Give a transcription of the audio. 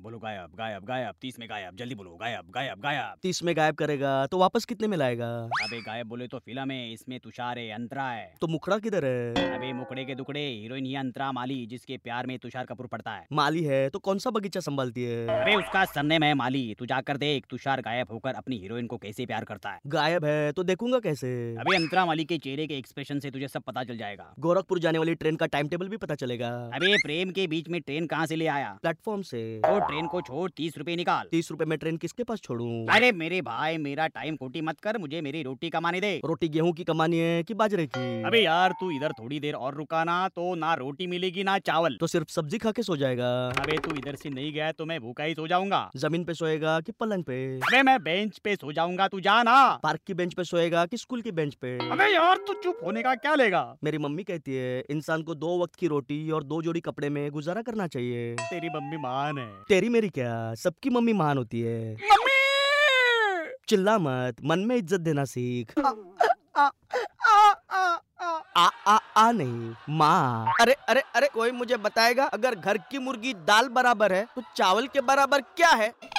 गायब गायब तीस में गायब जल्दी बोलो गायब गायब गायब तीस में गायब करेगा तो वापस कितने में लाएगा अबे गायब बोले तो फिल्म है इसमें तुषार है अंतरा है तो मुखड़ा किधर है अबे मुकड़े के दुकड़े हीरोइन ही अंतरा माली जिसके प्यार में तुषार कपूर पड़ता है माली है तो कौन सा बगीचा संभालती है अबे उसका सरनेम है माली तू जाकर देख तुषार गायब होकर अपनी हीरोइन को कैसे प्यार करता है गायब है तो देखूंगा कैसे अबे अंतरा माली के चेहरे के एक्सप्रेशन से तुझे सब पता चल जाएगा गोरखपुर जाने वाली ट्रेन का टाइम टेबल भी पता चलेगा अबे प्रेम के बीच में ट्रेन कहाँ से ले आया प्लेटफॉर्म से तो ट्रेन को छोड़ तीस रुपए निकाल तीस रुपए में ट्रेन किसके पास छोड़ू अरे मेरे भाई मेरा टाइम खोटी मत कर मुझे मेरी रोटी कमाने दे रोटी गेहूं की कमानी है कि बाजरे की अबे यार तू इधर थोड़ी देर और रुका ना तो ना रोटी मिलेगी ना चावल तो सिर्फ सब्जी खा के सो जाएगा अबे तू इधर से नहीं गया तो मैं भूखा ही सो जाऊंगा जमीन पे सोएगा कि पलंग पे अबे मैं बेंच पे सो जाऊंगा तू जा ना पार्क की बेंच पे सोएगा कि स्कूल की बेंच पे अबे यार तू चुप होने का क्या लेगा मेरी मम्मी कहती है इंसान को दो वक्त की रोटी और दो जोड़ी कपड़े में गुजारा करना चाहिए तेरी मम्मी महान है तेरी मेरी क्या सबकी मम्मी महान होती है मम्मी चिल्ला मत मन में इज्जत देना सीख आ आ आ नहीं माँ अरे अरे अरे कोई मुझे बताएगा अगर घर की मुर्गी दाल बराबर है तो चावल के बराबर क्या है